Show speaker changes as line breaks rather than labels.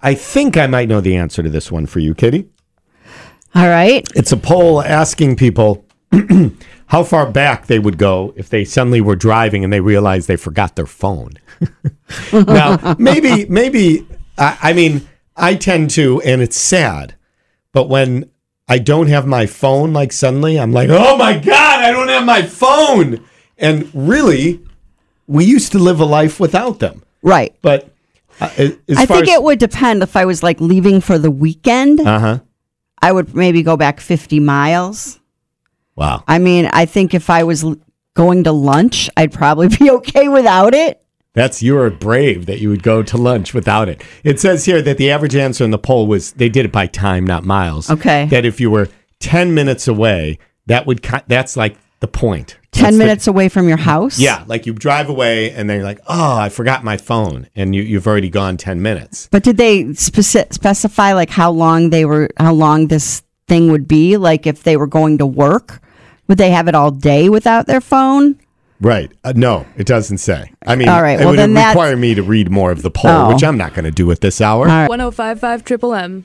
I think I might know the answer to this one for you, Katie.
All right.
It's a poll asking people how far back they would go if they suddenly were driving and they realized they forgot their phone. now, maybe, maybe, I, I mean, I tend to, and it's sad, but when I don't have my phone, like suddenly I'm like, oh my God, I don't have my phone. And really, we used to live a life without them.
Right.
But uh, as
I
far
think
as,
it would depend if I was like leaving for the weekend.
uh huh.
I would maybe go back 50 miles.
Wow.
I mean, I think if I was l- going to lunch, I'd probably be okay without it.
That's you are brave that you would go to lunch without it. It says here that the average answer in the poll was they did it by time, not miles.
Okay.
That if you were ten minutes away, that would ki- that's like the point.
10
That's the-
minutes away from your house.
yeah, like you drive away and then you're like, oh, I forgot my phone, and you you've already gone ten minutes.
But did they speci- specify like how long they were, how long this thing would be? Like if they were going to work, would they have it all day without their phone?
Right. Uh, no, it doesn't say. I mean,
All right,
it
well,
would
then that's-
require me to read more of the poll,
Oh.
which I'm not going to do at this hour.
1055 Triple M.